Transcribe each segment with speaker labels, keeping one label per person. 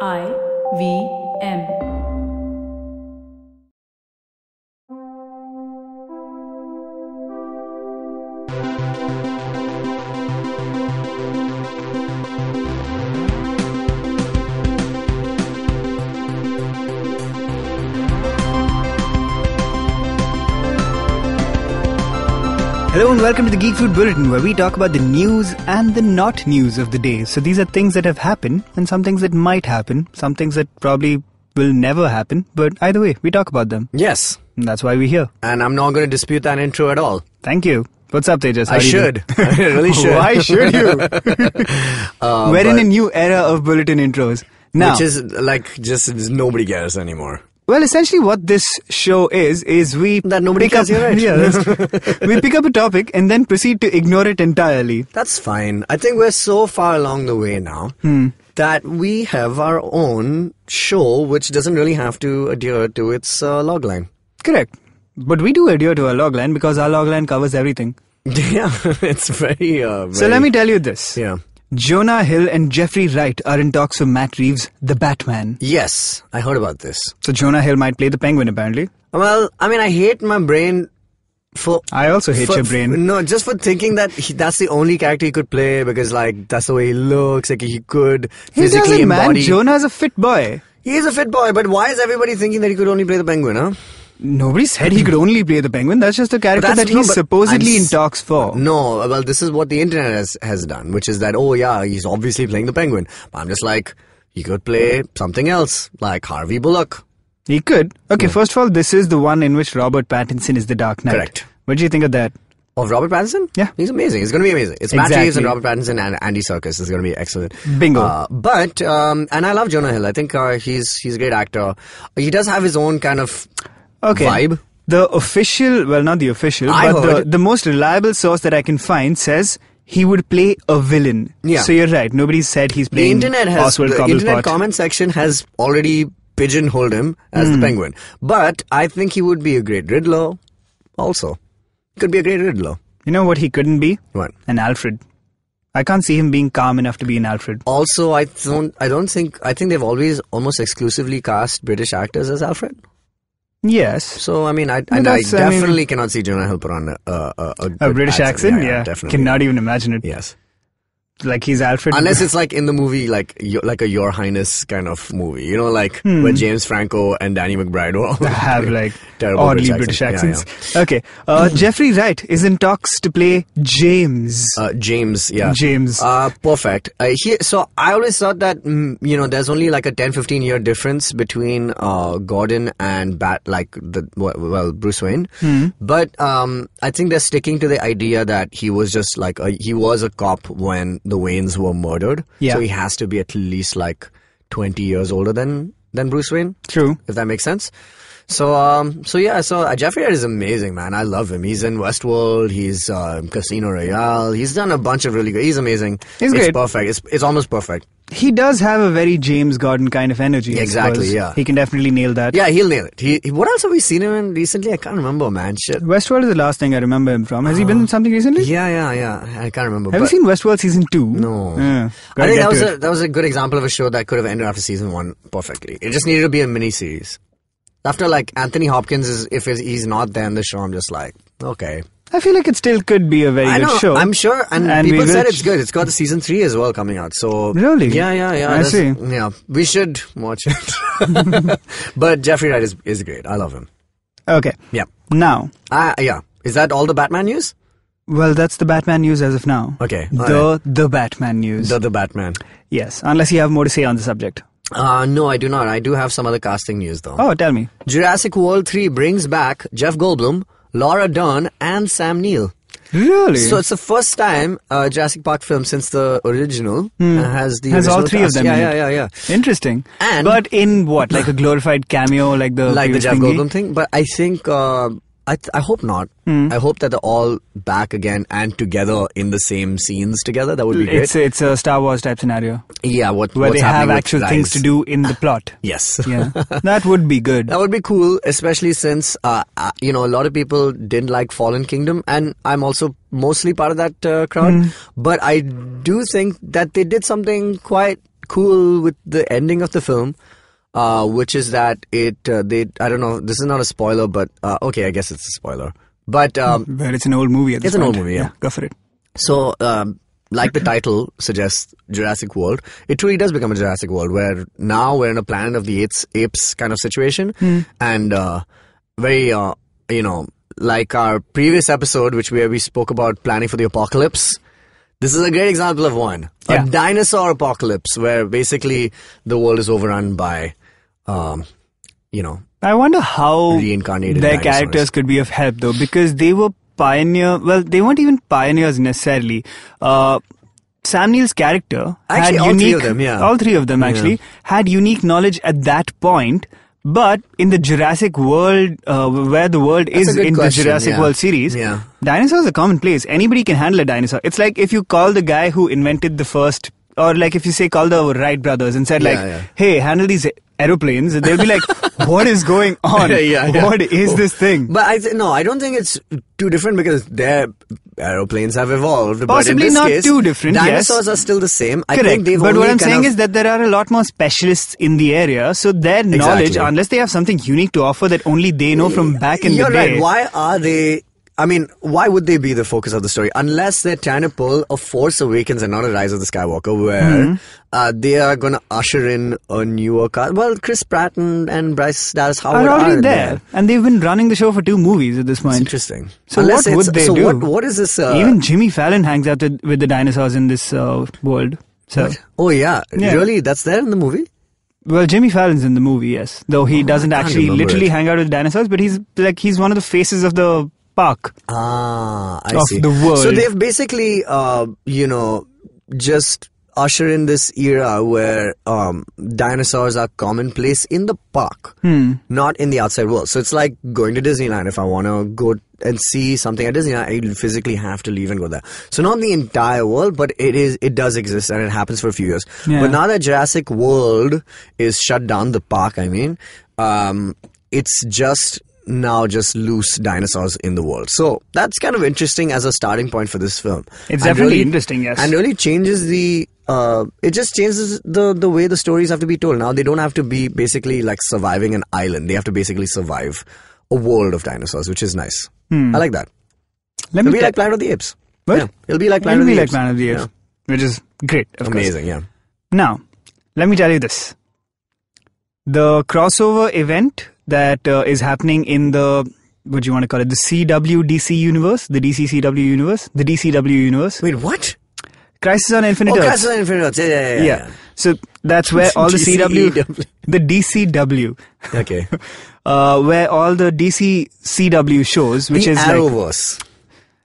Speaker 1: I V M.
Speaker 2: Hello and welcome to the Geek Food Bulletin, where we talk about the news and the not news of the day. So these are things that have happened, and some things that might happen, some things that probably will never happen, but either way, we talk about them.
Speaker 3: Yes.
Speaker 2: And that's why we're here.
Speaker 3: And I'm not going to dispute that intro at all.
Speaker 2: Thank you. What's up, Tejas? How
Speaker 3: I
Speaker 2: do you
Speaker 3: should.
Speaker 2: do?
Speaker 3: I really should.
Speaker 2: Why should you? we're in a new era of bulletin intros. Now,
Speaker 3: Which is like just nobody cares anymore.
Speaker 2: Well, essentially, what this show is is we
Speaker 3: That nobody
Speaker 2: pick
Speaker 3: cares,
Speaker 2: up
Speaker 3: you're right.
Speaker 2: yeah, that's true. we pick up a topic and then proceed to ignore it entirely.
Speaker 3: That's fine. I think we're so far along the way now
Speaker 2: Hmm.
Speaker 3: that we have our own show, which doesn't really have to adhere to its uh, logline.
Speaker 2: Correct. But we do adhere to our logline because our logline covers everything.
Speaker 3: Yeah, it's very. Uh,
Speaker 2: So let me tell you this.
Speaker 3: Yeah.
Speaker 2: Jonah Hill and Jeffrey Wright are in talks for Matt Reeves' The Batman.
Speaker 3: Yes, I heard about this.
Speaker 2: So Jonah Hill might play the Penguin apparently.
Speaker 3: Well, I mean, I hate my brain for.
Speaker 2: I also hate
Speaker 3: for-
Speaker 2: your brain.
Speaker 3: No, just for thinking that he, that's the only character he could play because, like, that's the way he looks. Like, he could
Speaker 2: He
Speaker 3: physically
Speaker 2: doesn't, man.
Speaker 3: embody.
Speaker 2: Jonah's a fit boy.
Speaker 3: He is a fit boy, but why is everybody thinking that he could only play the penguin, huh?
Speaker 2: Nobody said he could only play the Penguin. That's just a character
Speaker 3: Mm. that's
Speaker 2: that
Speaker 3: no,
Speaker 2: he's
Speaker 3: but
Speaker 2: supposedly
Speaker 3: I'm
Speaker 2: in
Speaker 3: s- Mm.
Speaker 2: talks for.
Speaker 3: No, well, this is what the internet has, has done, which is that, oh, yeah, he's obviously playing the penguin. But I'm just like, he could play something else, like Harvey Bullock.
Speaker 2: He could.
Speaker 3: Mm.
Speaker 2: Okay, first of all, this is the one in which Robert Pattinson is the Dark Knight.
Speaker 3: Correct.
Speaker 2: What do you think of that?
Speaker 3: Of Robert Pattinson?
Speaker 2: Yeah.
Speaker 3: He's amazing. It's going to be amazing. It's Matt
Speaker 2: Exactly.
Speaker 3: Reeves and Robert Pattinson and Andy Serkis. It's going to be excellent.
Speaker 2: Bingo.
Speaker 3: Uh, but, um, and I love Jonah Hill. I think uh, he's he's a great actor. He does have his own kind of
Speaker 2: Okay.
Speaker 3: vibe.
Speaker 2: The official, well, not the official,
Speaker 3: I
Speaker 2: but the,
Speaker 3: heard-
Speaker 2: the most reliable source that I can find says he would play a villain.
Speaker 3: Yeah.
Speaker 2: So you're right. Nobody said he's
Speaker 3: the
Speaker 2: playing
Speaker 3: internet has
Speaker 2: Oswald
Speaker 3: the
Speaker 2: Cobblepot.
Speaker 3: internet comment section has already pigeonholed him as
Speaker 2: Hmm.
Speaker 3: the penguin. But I think he would be a great Riddler. Also, could be a great Riddler.
Speaker 2: you know what he couldn't be?
Speaker 3: What?
Speaker 2: An Alfred. I can't see him being calm enough to be an Alfred.
Speaker 3: Also, I don't. I don't think. I think they've always almost exclusively cast British actors as Alfred.
Speaker 2: Yes.
Speaker 3: So I mean, I, and I
Speaker 2: that's- I mean-
Speaker 3: definitely cannot see Jonah Hill put on a, a, a,
Speaker 2: A
Speaker 3: good
Speaker 2: British accent? Yeah.
Speaker 3: definitely.
Speaker 2: Cannot even imagine it.
Speaker 3: Yes,
Speaker 2: Like he's Alfred.
Speaker 3: unless it's like in the movie, like your, like a Your Highness kind of movie, you know, like where
Speaker 2: Hmm.
Speaker 3: James Franco and Danny McBride were all
Speaker 2: have like
Speaker 3: Terrible
Speaker 2: oddly
Speaker 3: British
Speaker 2: British
Speaker 3: accent. Yeah,
Speaker 2: accents. Okay. Uh, Jeffrey Wright is in talks to play James.
Speaker 3: Uh, James, yeah.
Speaker 2: James.
Speaker 3: Uh, perfect. Uh, he, so I always thought that, mm, you know, there's only like a 10, 15 year difference between uh, Gordon and Bat, like the, well- well, Bruce Wayne.
Speaker 2: Hmm.
Speaker 3: But um, I think they're sticking to the idea that he was just like, a, he was a cop when the Waynes were murdered.
Speaker 2: Yeah.
Speaker 3: So he has to be at least like 20 years older than, than Bruce Wayne
Speaker 2: True.
Speaker 3: if that makes sense. So, um, so yeah, so uh, Jeffrey Wright is amazing, man. I love him. He's in Westworld. He's uh, Casino Royale. He's done a bunch of really good. He's amazing.
Speaker 2: He's
Speaker 3: it's
Speaker 2: great.
Speaker 3: perfect. It's it's almost perfect.
Speaker 2: He does have a very James Gordon kind of energy. I
Speaker 3: Exactly,
Speaker 2: suppose.
Speaker 3: yeah.
Speaker 2: He can definitely nail that.
Speaker 3: Yeah, he'll nail it. He, he- what else have we seen him in recently? I can't remember, man. Shit.
Speaker 2: Westworld is the last thing I remember him from. Has he been in something recently?
Speaker 3: Uh, Yeah, yeah, yeah. I can't remember.
Speaker 2: Have you
Speaker 3: but-
Speaker 2: seen Westworld season two?
Speaker 3: No.
Speaker 2: Yeah.
Speaker 3: I
Speaker 2: Gotta
Speaker 3: think
Speaker 2: get
Speaker 3: that was
Speaker 2: to it.
Speaker 3: a, that was a good example of a show that could have ended after season one perfectly. It just needed to be a mini series. After like Anthony Hopkins is if he's- he's not there in the show, I'm just like okay.
Speaker 2: I feel like it still could be a very
Speaker 3: I
Speaker 2: good
Speaker 3: know.
Speaker 2: show.
Speaker 3: I'm sure, and,
Speaker 2: And
Speaker 3: people
Speaker 2: we will
Speaker 3: said it's
Speaker 2: ch-
Speaker 3: good. It's got the season three as well coming out. So
Speaker 2: Really?
Speaker 3: yeah, yeah, yeah.
Speaker 2: I
Speaker 3: that's-
Speaker 2: see.
Speaker 3: Yeah, we should watch it. but Jeffrey Wright is is great. I love him.
Speaker 2: Okay.
Speaker 3: Yeah,
Speaker 2: Now,
Speaker 3: I, yeah. Is that all the Batman news?
Speaker 2: well, that's the Batman news as of now.
Speaker 3: Okay, all
Speaker 2: The the Batman news.
Speaker 3: The the Batman.
Speaker 2: yes. Unless you have more to say on the subject.
Speaker 3: Uh, no, I do not. I do have some other casting news though.
Speaker 2: Oh, tell me.
Speaker 3: Jurassic World three brings back Jeff Goldblum, Laura Dern, and Sam Neill.
Speaker 2: Really?
Speaker 3: So it's the first time uh, Jurassic Park film since the original uh, has the
Speaker 2: Hmm. Has all
Speaker 3: original
Speaker 2: three of
Speaker 3: cast.
Speaker 2: them
Speaker 3: Yeah,
Speaker 2: in
Speaker 3: yeah,
Speaker 2: it.
Speaker 3: yeah, yeah.
Speaker 2: Interesting.
Speaker 3: And-
Speaker 2: but in what? Like a glorified cameo, like the
Speaker 3: like the
Speaker 2: previous
Speaker 3: Jeff
Speaker 2: thingy?
Speaker 3: Goldblum thing. But I think uh, I th- I hope not.
Speaker 2: Hmm.
Speaker 3: I hope that they're all back again and together in the same scenes together. That would be great.
Speaker 2: It's it's a Star Wars type scenario
Speaker 3: yeah, what
Speaker 2: where
Speaker 3: what's
Speaker 2: they have
Speaker 3: happening with
Speaker 2: actual
Speaker 3: Rice.
Speaker 2: things to do in the plot.
Speaker 3: Yes.
Speaker 2: Yeah, that would be good.
Speaker 3: That would be cool, especially since uh, uh, you know a lot of people didn't like Fallen Kingdom, and I'm also mostly part of that uh, crowd. But I do think that they did something quite cool with the ending of the film, uh, which is that it uh, they I don't know. This is not a spoiler, but uh, okay, I guess it's a spoiler. But um,
Speaker 2: But it's an old movie. At this
Speaker 3: It's an old
Speaker 2: point.
Speaker 3: movie, yeah.
Speaker 2: Go for it.
Speaker 3: so, um, like the title suggests, Jurassic World, it truly does become a Jurassic World where now we're in a Planet of the Apes, apes kind of situation. And uh, very, uh, you know, like our previous episode, which where we spoke about planning for the apocalypse. This is a great example of one.
Speaker 2: Yeah.
Speaker 3: A dinosaur apocalypse where basically the world is overrun by, um, you know,
Speaker 2: I wonder how
Speaker 3: Reincarnated
Speaker 2: their
Speaker 3: dinosaurs.
Speaker 2: characters could be of help though, because they were pioneer. Well, they weren't even pioneers necessarily. Uh, Sam Neill's character
Speaker 3: Actually,
Speaker 2: had
Speaker 3: all
Speaker 2: unique.
Speaker 3: three of them, yeah.
Speaker 2: all three of them actually had unique knowledge at that point. But in the Jurassic World, uh, where the world
Speaker 3: That's
Speaker 2: is
Speaker 3: a good
Speaker 2: in
Speaker 3: question,
Speaker 2: the Jurassic
Speaker 3: yeah.
Speaker 2: World series,
Speaker 3: Yeah.
Speaker 2: dinosaurs are commonplace. Anybody can handle a dinosaur. It's like if you call the guy who invented the first, or like if you say call the Wright brothers and said like,
Speaker 3: Yeah, yeah.
Speaker 2: "Hey, handle these aeroplanes," they'll be like, "What is going on?" on.
Speaker 3: Yeah, yeah, yeah.
Speaker 2: What is this thing?
Speaker 3: But I th- no, I don't think it's too different because their aeroplanes have evolved.
Speaker 2: Possibly
Speaker 3: but in this
Speaker 2: not
Speaker 3: case,
Speaker 2: too different, yes.
Speaker 3: Dinosaurs are still the same. I
Speaker 2: Correct.
Speaker 3: think they've
Speaker 2: But
Speaker 3: only
Speaker 2: what I'm
Speaker 3: kind
Speaker 2: saying
Speaker 3: of-
Speaker 2: is that there are a lot more specialists in the area, so their knowledge,
Speaker 3: Exactly.
Speaker 2: unless they have something unique to offer that only they know from back in
Speaker 3: you're
Speaker 2: the day.
Speaker 3: right. Why are they? I mean, why would they be the focus of the story unless they're trying to pull a Force Awakens and not a Rise of the Skywalker, where
Speaker 2: Hmm.
Speaker 3: uh, they are going to usher in a newer cast? Well, Chris Pratt and, and Bryce Dallas Howard
Speaker 2: Are already
Speaker 3: in
Speaker 2: there. and they've been running the show for two movies at this
Speaker 3: It's
Speaker 2: point.
Speaker 3: interesting.
Speaker 2: So what
Speaker 3: Unless it's-
Speaker 2: would they
Speaker 3: so
Speaker 2: do?
Speaker 3: What, what is this? Uh,
Speaker 2: Even Jimmy Fallon hangs out with, with the dinosaurs in this uh, world. So,
Speaker 3: oh yeah,
Speaker 2: Yeah.
Speaker 3: really? That's there in the movie?
Speaker 2: well, Jimmy Fallon's in the movie, yes. Though he doesn't
Speaker 3: Oh, can't
Speaker 2: actually
Speaker 3: remember
Speaker 2: literally
Speaker 3: it.
Speaker 2: hang out with dinosaurs, but he's like he's one of the faces of the park.
Speaker 3: Ah, I
Speaker 2: of
Speaker 3: see.
Speaker 2: the world.
Speaker 3: So they've basically, uh, you know, just usher in this era where um, dinosaurs are commonplace in the park,
Speaker 2: Hmm.
Speaker 3: not in the outside world. So it's like going to Disneyland. If I want to go and see something at Disneyland, I physically have to leave and go there. So not the entire world, but it is. It does exist, and it happens for a few years.
Speaker 2: Yeah.
Speaker 3: But now that Jurassic World is shut down, the park, I mean, um, it's just now just loose dinosaurs in the world. So that's kind of interesting as a starting point for this film. And
Speaker 2: definitely interesting, yes.
Speaker 3: And really changes the. Uh, it just changes the the way the stories have to be told. Now they don't have to be basically like surviving an island. They have to basically survive a world of dinosaurs, which is nice. I like that.
Speaker 2: Let
Speaker 3: It'll
Speaker 2: me
Speaker 3: be
Speaker 2: ta-
Speaker 3: like Planet of the Apes.
Speaker 2: Hmm. What?
Speaker 3: Yeah, it'll be like Planet
Speaker 2: It'll
Speaker 3: of the
Speaker 2: be like
Speaker 3: Apes.
Speaker 2: Man of the Apes,
Speaker 3: Yeah.
Speaker 2: which is great, of course.
Speaker 3: Amazing, yeah.
Speaker 2: Now, let me tell you this. The crossover event that uh, is happening in the what do you want to call it? The CW DC universe, the DC CW universe, the DCW universe.
Speaker 3: Wait, what?
Speaker 2: Crisis on Infinite
Speaker 3: Oh,
Speaker 2: Earths.
Speaker 3: Crisis on Infinite Earths. Yeah, yeah, yeah.
Speaker 2: yeah.
Speaker 3: yeah.
Speaker 2: So that's where all the CW,
Speaker 3: DCEW.
Speaker 2: the DCW,
Speaker 3: Okay.
Speaker 2: uh, where all the DC CW shows, which
Speaker 3: the
Speaker 2: is like,
Speaker 3: Arrowverse.
Speaker 2: is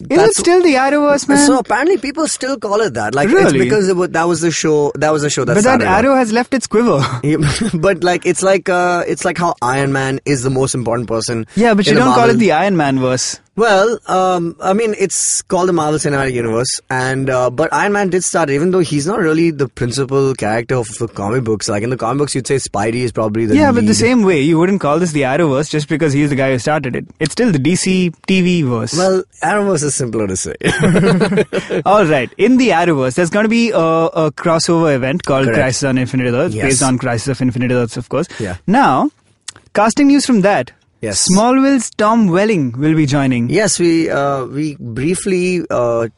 Speaker 2: it
Speaker 3: That's-
Speaker 2: still the Arrowverse, man?
Speaker 3: So apparently people still call it that. Like it's
Speaker 2: Really?
Speaker 3: because it wa- that was the show. That was the show that.
Speaker 2: but that
Speaker 3: started it.
Speaker 2: arrow has left its quiver.
Speaker 3: Yeah, but like it's like uh, it's like how Iron Man is the most important person.
Speaker 2: Yeah, but
Speaker 3: in
Speaker 2: you
Speaker 3: the
Speaker 2: don't call it
Speaker 3: Marvel-
Speaker 2: the Iron Man verse.
Speaker 3: Well, um, I mean, it's called the Marvel Cinematic Universe, and uh, but Iron Man did start, even though he's not really the principal character of the comic books. Like in the comic books, you'd say Spidey is probably the
Speaker 2: Yeah, but the
Speaker 3: lead.
Speaker 2: same way, you wouldn't call this the Arrowverse just because he's the guy who started it. It's still the DC TV verse.
Speaker 3: Well, Arrowverse is simpler to say.
Speaker 2: All right. In the Arrowverse, there's going to be a, a crossover event called
Speaker 3: Correct.
Speaker 2: Crisis on Infinite Earths,
Speaker 3: Yes.
Speaker 2: based on Crisis of Infinite Earths, of course.
Speaker 3: Yeah.
Speaker 2: Now, casting news from that.
Speaker 3: Yes.
Speaker 2: Smallville's Tom Welling will be joining.
Speaker 3: Yes, we uh, we briefly uh,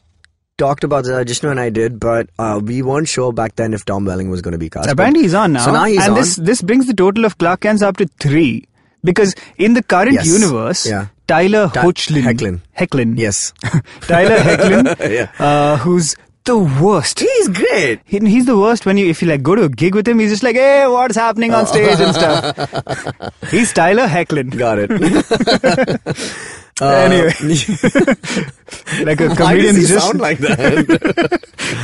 Speaker 3: talked about this. Jishnu and I did, but uh, we weren't sure back then if Tom Welling was going to be cast.
Speaker 2: Apparently, he's on now.
Speaker 3: So now he's
Speaker 2: and
Speaker 3: on.
Speaker 2: this this brings the total of Clark Kent's up to three. Because in the current
Speaker 3: Yes.
Speaker 2: universe,
Speaker 3: Yeah.
Speaker 2: Tyler
Speaker 3: Ty-
Speaker 2: Hoechlin,
Speaker 3: Hoechlin.
Speaker 2: Hecklin,
Speaker 3: yes,
Speaker 2: Tyler Hecklin,
Speaker 3: Yeah.
Speaker 2: uh, who's the worst.
Speaker 3: he's great.
Speaker 2: He, he's the worst when you if you like go to a gig with him, he's just like, hey, what's happening
Speaker 3: Oh.
Speaker 2: on stage and stuff. he's Tyler Hecklin,
Speaker 3: Got it. Uh,
Speaker 2: Anyway. like a
Speaker 3: why
Speaker 2: comedian
Speaker 3: does he
Speaker 2: just Oh.
Speaker 3: sound like that?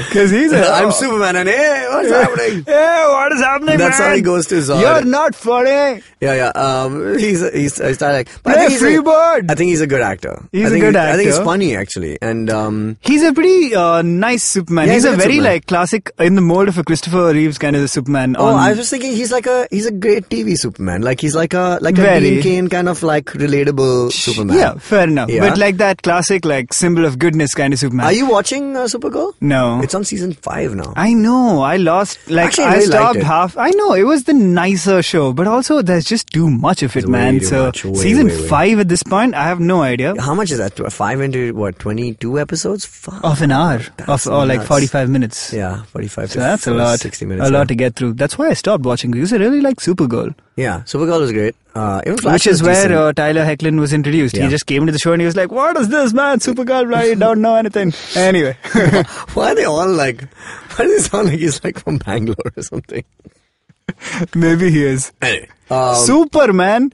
Speaker 2: because he's a
Speaker 3: I'm Superman, and hey, what's happening?
Speaker 2: Hey, what is happening?
Speaker 3: That's how
Speaker 2: man?
Speaker 3: he goes to his-
Speaker 2: You're not funny.
Speaker 3: Yeah, yeah. Um, he's he's he's not like. But I
Speaker 2: Play
Speaker 3: think he's
Speaker 2: free
Speaker 3: a,
Speaker 2: bird.
Speaker 3: I think he's a good actor.
Speaker 2: He's
Speaker 3: I
Speaker 2: a
Speaker 3: think
Speaker 2: good
Speaker 3: I think he's
Speaker 2: actor.
Speaker 3: funny actually, and um,
Speaker 2: He's a pretty uh, nice Superman.
Speaker 3: Yeah,
Speaker 2: he's
Speaker 3: he's
Speaker 2: a
Speaker 3: a good
Speaker 2: very
Speaker 3: Superman.
Speaker 2: like classic in the mold of a Christopher Reeves kind of a Superman.
Speaker 3: Oh,
Speaker 2: on-
Speaker 3: I was just thinking he's like a he's a great TV Superman. Like he's like a like a
Speaker 2: Very.
Speaker 3: Dean Cain kind of like relatable Superman.
Speaker 2: Yeah, Fair enough.
Speaker 3: Yeah.
Speaker 2: But like that classic, like symbol of goodness kind of Superman.
Speaker 3: Are you watching uh, Supergirl?
Speaker 2: No.
Speaker 3: It's on season five now.
Speaker 2: I know. I lost. Like
Speaker 3: Actually, I
Speaker 2: I,
Speaker 3: really liked
Speaker 2: stopped
Speaker 3: it.
Speaker 2: half. I know it was the nicer show, but also there's just too much of it,
Speaker 3: way
Speaker 2: man.
Speaker 3: too
Speaker 2: So
Speaker 3: much. Way,
Speaker 2: season
Speaker 3: way, way.
Speaker 2: five at this point, I have no idea.
Speaker 3: How much is that? Tw- Five into what? Twenty-two episodes? Fuck.
Speaker 2: Of an hour,
Speaker 3: That's
Speaker 2: of or like
Speaker 3: nuts.
Speaker 2: 45 minutes.
Speaker 3: Yeah, forty-five.
Speaker 2: So
Speaker 3: to
Speaker 2: that's a
Speaker 3: f-
Speaker 2: lot.
Speaker 3: Sixty minutes.
Speaker 2: a
Speaker 3: yeah.
Speaker 2: lot to get through. That's why I stopped watching because I really like Supergirl,
Speaker 3: Yeah, Supergirl is great. Uh, even Flash
Speaker 2: which is
Speaker 3: was
Speaker 2: where
Speaker 3: decent.
Speaker 2: uh, Tyler Hecklin was introduced.
Speaker 3: Yeah.
Speaker 2: He just came to the show and he was like, "What is this, man? Supergirl, right? Don't know anything." Anyway,
Speaker 3: Why are they all like? Why does it sound like he's like from Bangalore or something?
Speaker 2: maybe he is
Speaker 3: Anyway, um,
Speaker 2: Superman.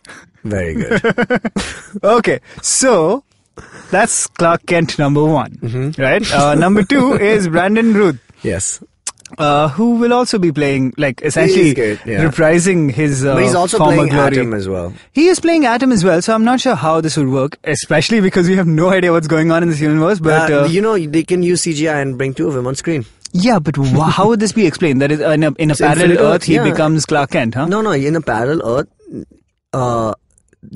Speaker 3: very good.
Speaker 2: Okay, so that's Clark Kent number one,
Speaker 3: Mm-hmm.
Speaker 2: right? Uh, number two is Brandon Ruth.
Speaker 3: yes,
Speaker 2: Uh, who will also be playing, like, essentially
Speaker 3: good, yeah.
Speaker 2: reprising his uh,
Speaker 3: but he's also
Speaker 2: former
Speaker 3: playing
Speaker 2: glory.
Speaker 3: Atom as well.
Speaker 2: He is playing Atom as well, so I'm not sure how this would work, especially because we have no idea what's going on in this universe. But
Speaker 3: Uh,
Speaker 2: uh,
Speaker 3: you know, they can use CGI and bring two of him on screen.
Speaker 2: yeah, but wha how would this be explained? That is, uh, in a, in a parallel
Speaker 3: Infinite Earth,
Speaker 2: Earth, he
Speaker 3: yeah.
Speaker 2: becomes Clark Kent, huh?
Speaker 3: No, no, in a parallel Earth. Uh,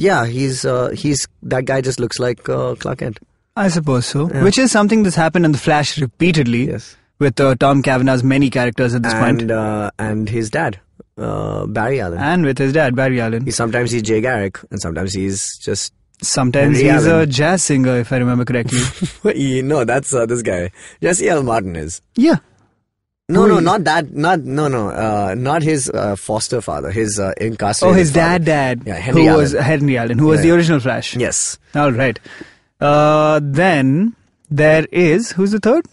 Speaker 3: yeah, he's uh, he's that guy. Just looks like uh, Clark Kent.
Speaker 2: I suppose so. Which is something that's happened in The Flash repeatedly
Speaker 3: Yes.
Speaker 2: with uh, Tom Cavanaugh's many characters at this point. Ah.
Speaker 3: and uh, and his dad, uh, Barry Allen.
Speaker 2: and with his dad, Barry Allen.
Speaker 3: He sometimes he's Jay Garrick, and sometimes he's just
Speaker 2: Sometimes
Speaker 3: Henry
Speaker 2: he's a
Speaker 3: Allen.
Speaker 2: jazz singer, if I remember correctly.
Speaker 3: you know that's uh, this guy Jesse L. Martin is.
Speaker 2: yeah.
Speaker 3: No,
Speaker 2: Who
Speaker 3: no,
Speaker 2: is-
Speaker 3: not that. Not no, no, uh, not his uh, foster father. His uh,
Speaker 2: Oh,
Speaker 3: incarcerated.
Speaker 2: his dad,
Speaker 3: father.
Speaker 2: dad.
Speaker 3: Yeah, Henry
Speaker 2: who
Speaker 3: Allen.
Speaker 2: was Henry Allen, who was
Speaker 3: Yeah,
Speaker 2: the
Speaker 3: yeah.
Speaker 2: original Flash.
Speaker 3: Yes,
Speaker 2: All right. Uh, then there is who's the third?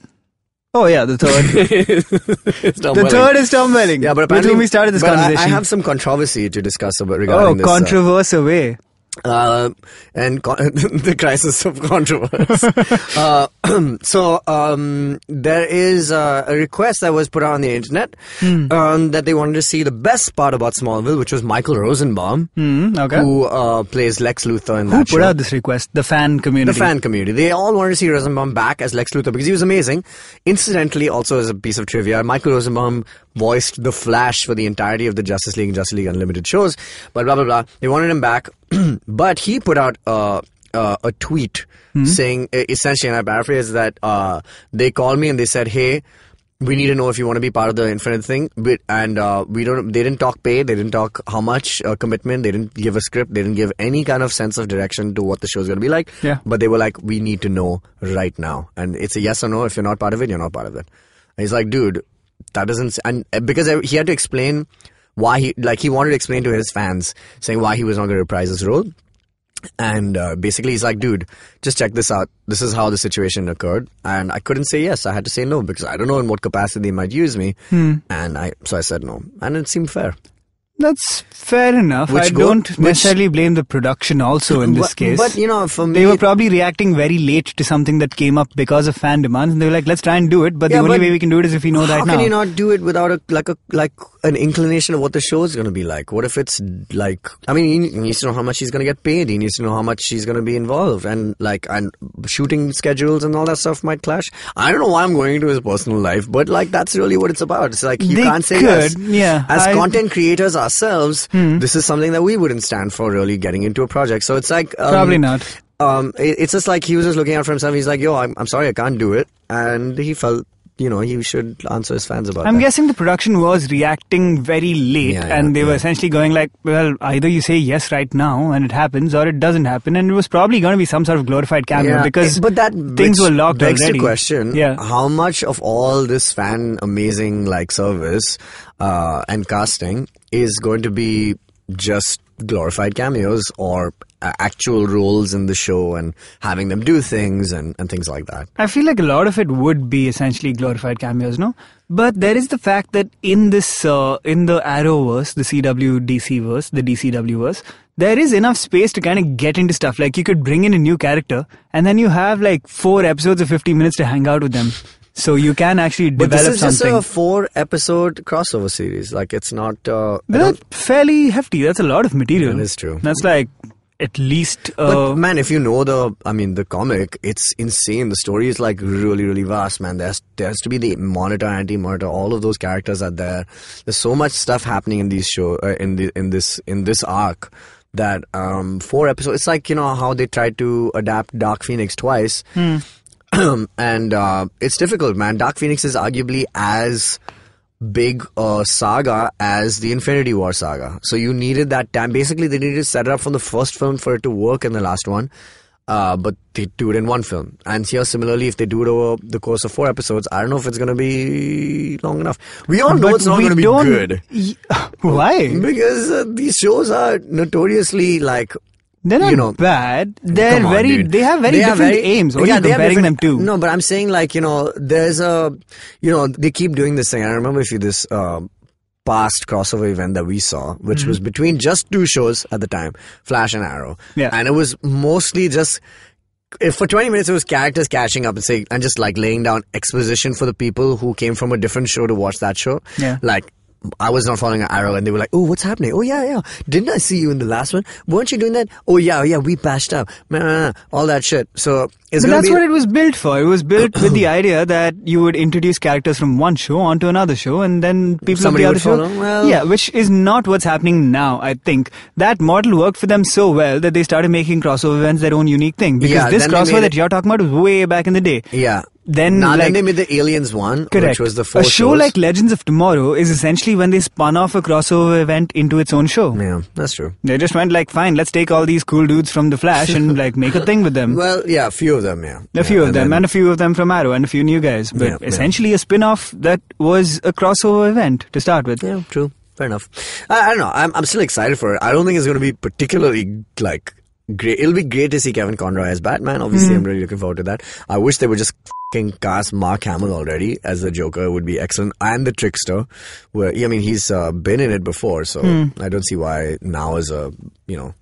Speaker 2: Oh yeah, the third.
Speaker 3: It's Tom
Speaker 2: the
Speaker 3: Welling.
Speaker 2: third is Tom Welling.
Speaker 3: Yeah, but
Speaker 2: with
Speaker 3: apparently
Speaker 2: whom we started this
Speaker 3: but I-
Speaker 2: conversation.
Speaker 3: I, have some controversy to discuss about regarding
Speaker 2: oh,
Speaker 3: this. uh,
Speaker 2: controverse away.
Speaker 3: uh, and con- the crisis of controversy. uh, so um, there is uh, a request that was put out on the internet
Speaker 2: Hmm.
Speaker 3: um, that they wanted to see the best part about Smallville, which was Michael Rosenbaum,
Speaker 2: Hmm, okay. Who,
Speaker 3: who uh, plays Lex Luthor in
Speaker 2: put
Speaker 3: that show.
Speaker 2: out this request? The fan community.
Speaker 3: the fan community. They all wanted to see Rosenbaum back as Lex Luthor because he was amazing. Incidentally, also as a piece of trivia, Michael Rosenbaum voiced the Flash for the entirety of the Justice League and Justice League Unlimited shows. But blah blah blah. They wanted him back, but he put out uh, uh, a tweet saying e- essentially, and I paraphrase that uh, they called me and they said, "Hey." We need to know if you want to be part of the infinite thing, But- and uh, we don't. They didn't talk pay. They didn't talk how much uh, commitment. They didn't give a script. They didn't give any kind of sense of direction to what the show's going to be like
Speaker 2: Yeah.
Speaker 3: but they were like, we need to know right now. And it's a yes or no. If you're not part of it, you're not part of it. And he's like, dude, that doesn't. s- And uh, because I- he had to explain why he, like, he wanted to explain to his fans, saying why he was not going to reprise his role. And uh, basically, he's like, dude, just check this out. This is how the situation occurred. And I couldn't say yes. I had to say no because I don't know in what capacity they might use me.
Speaker 2: Hmm.
Speaker 3: And I, so I said no. And it seemed fair.
Speaker 2: That's fair enough.
Speaker 3: Which
Speaker 2: I
Speaker 3: go-
Speaker 2: don't
Speaker 3: which-
Speaker 2: necessarily blame the production also in this
Speaker 3: but,
Speaker 2: case.
Speaker 3: But, you know, for me.
Speaker 2: they were probably reacting very late to something that came up because of fan demands, and they were like, "Let's try and do it." But
Speaker 3: Yeah,
Speaker 2: the only
Speaker 3: but
Speaker 2: way we can do it is if we know that
Speaker 3: How can
Speaker 2: now.
Speaker 3: you not do it without a like a like an inclination of what the show is going to be like? What if it's like? I mean, he needs to know how much he's going to get paid. He needs to know how much he's going to be involved, and like and shooting schedules and all that stuff might clash. I don't know why I'm going into his personal life, but like that's really what it's about. It's like you
Speaker 2: They
Speaker 3: can't say
Speaker 2: could,
Speaker 3: yes.
Speaker 2: yeah.
Speaker 3: As
Speaker 2: I- Hmm.
Speaker 3: content creators ourselves, this is something that we wouldn't stand for really getting into a project. So it's like um,
Speaker 2: Probably not.
Speaker 3: um, it, it's just like he was just looking out for himself. He's like, "Yo, I'm, I'm sorry, I can't do it," and he felt, you know, he should answer his fans about.
Speaker 2: I'm
Speaker 3: that.
Speaker 2: guessing the production was reacting very late,
Speaker 3: Yeah, yeah,
Speaker 2: and they were
Speaker 3: yeah.
Speaker 2: essentially going like, "Well, either you say yes right now, and it happens, or it doesn't happen." And it was probably going to be some sort of glorified cameo
Speaker 3: Yeah,
Speaker 2: because
Speaker 3: eh, but that
Speaker 2: things
Speaker 3: begs-
Speaker 2: were locked
Speaker 3: begs
Speaker 2: already.
Speaker 3: the question:
Speaker 2: Yeah,
Speaker 3: how much of all this fan amazing like service uh, and casting is going to be just glorified cameos or uh, actual roles in the show and having them do things and, and things like that?
Speaker 2: I feel like a lot of it would be essentially glorified cameos, no? But there is the fact that in this, uh, in the Arrowverse, the CW DC verse, the DCW verse, there is enough space to kind of get into stuff. Like you could bring in a new character, and then you have like four episodes of 50 minutes to hang out with them. So you can actually
Speaker 3: But
Speaker 2: develop
Speaker 3: this is
Speaker 2: something.
Speaker 3: just a four-episode crossover series. Like it's not. Uh, I
Speaker 2: That's
Speaker 3: don't-
Speaker 2: fairly hefty. That's a lot of material.
Speaker 3: That is true.
Speaker 2: That's like at least.
Speaker 3: But
Speaker 2: Uh,
Speaker 3: man, if you know the, I mean, the comic, it's insane. The story is like really, really vast, man. There's there has to be the monitor, anti-monitor. All of those characters are there. There's so much stuff happening in these show, uh, in the in this in this arc that um, four episodes. It's like you know how they tried to adapt Dark Phoenix twice, and uh, it's difficult, man. Dark Phoenix is arguably as big uh, saga as the Infinity War saga. So you needed that time. Basically, they needed to set it up from the first film for it to work in the last one. Uh, but they do it in one film. And here, similarly, if they do it over the course of four episodes, I don't know if it's going to be long enough. We all know
Speaker 2: But
Speaker 3: it's not
Speaker 2: we
Speaker 3: going to be
Speaker 2: don't-
Speaker 3: good.
Speaker 2: Y- Why?
Speaker 3: Because uh, these shows are notoriously like.
Speaker 2: They're not
Speaker 3: you know,
Speaker 2: bad. They're
Speaker 3: come on,
Speaker 2: very.
Speaker 3: dude.
Speaker 2: they have very
Speaker 3: They are
Speaker 2: different aims. What
Speaker 3: yeah,
Speaker 2: are
Speaker 3: they
Speaker 2: you
Speaker 3: have
Speaker 2: comparing them
Speaker 3: different-
Speaker 2: to?
Speaker 3: No, but I'm saying like you know, there's a, you know, they keep doing this thing. I remember if you this uh, past crossover event that we saw, which
Speaker 2: Mm-hmm.
Speaker 3: was between just two shows at the time, Flash and Arrow,
Speaker 2: Yeah.
Speaker 3: and it was mostly just if for 20 minutes it was characters catching up and saying and just like laying down exposition for the people who came from a different show to watch that show
Speaker 2: Yeah.
Speaker 3: like I was not following an arrow, and they were like, "Oh, what's happening? Oh, yeah, yeah. Didn't I see you in the last one? Weren't you doing that? Oh, yeah, yeah. We patched up, Nah, nah, nah. all that shit." So it's
Speaker 2: But
Speaker 3: gonna
Speaker 2: that's
Speaker 3: be
Speaker 2: what it was built for. It was built with the idea that you would introduce characters from one show onto another show, and then people
Speaker 3: Somebody
Speaker 2: of
Speaker 3: would
Speaker 2: the other
Speaker 3: follow.
Speaker 2: show.
Speaker 3: Well-
Speaker 2: yeah, which is not what's happening now. I think that model worked for them so well that they started making crossover events their own unique thing. Because
Speaker 3: Yeah,
Speaker 2: this
Speaker 3: then they made
Speaker 2: crossover that
Speaker 3: it-
Speaker 2: you're talking about was way back in the day.
Speaker 3: yeah.
Speaker 2: Then,
Speaker 3: nah,
Speaker 2: like-
Speaker 3: then they made the aliens one,
Speaker 2: Correct.
Speaker 3: which was the four
Speaker 2: a show
Speaker 3: shows.
Speaker 2: like Legends of Tomorrow is essentially when they spun off a crossover event into its own show.
Speaker 3: yeah, that's true.
Speaker 2: They just went like, fine, let's take all these cool dudes from The Flash and like make a thing with them.
Speaker 3: Well, yeah, a few of them, yeah,
Speaker 2: A few of them, and a few of them from Arrow, and a few new guys. But
Speaker 3: Yeah, yeah.
Speaker 2: essentially, a spin off that was a crossover event to start with.
Speaker 3: Yeah, true. Fair enough. I, I don't know. I'm, I'm still excited for it. I don't think it's going to be particularly like great. It'll be great to see Kevin Conroy as Batman. Obviously, I'm really looking forward to that. I wish they would just fing cast Mark Hamill already as the Joker. It would be excellent. And the Trickster. Where I mean, he's uh, been in it before, so I don't see why now is a you know.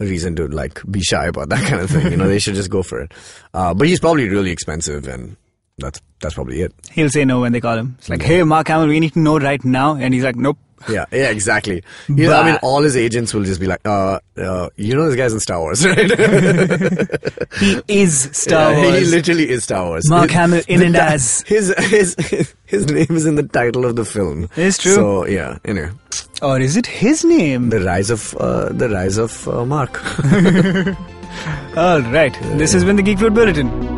Speaker 3: a Reason to like be shy about that kind of thing, you know. They should just go for it. Uh, but he's probably really expensive, and that's that's probably it.
Speaker 2: He'll say no when they call him. It's like, hey, Mark Hamill, we need to know right now. And he's like, nope.
Speaker 3: Yeah, yeah, exactly. You know, I mean,
Speaker 2: But-
Speaker 3: all his agents will just be like, uh, uh, you know, this guy's in Star Wars, right?
Speaker 2: He is Star
Speaker 3: Yeah, he
Speaker 2: Wars.
Speaker 3: literally is Star Wars.
Speaker 2: Mark
Speaker 3: His-
Speaker 2: Hamill in
Speaker 3: the
Speaker 2: and
Speaker 3: ti-
Speaker 2: as.
Speaker 3: His, his, his name is in the title of the film.
Speaker 2: It's true.
Speaker 3: So, yeah, anyway.
Speaker 2: or is it his name?
Speaker 3: The rise of, uh, the rise of uh, Mark.
Speaker 2: All right. This has been the Geek Food Bulletin.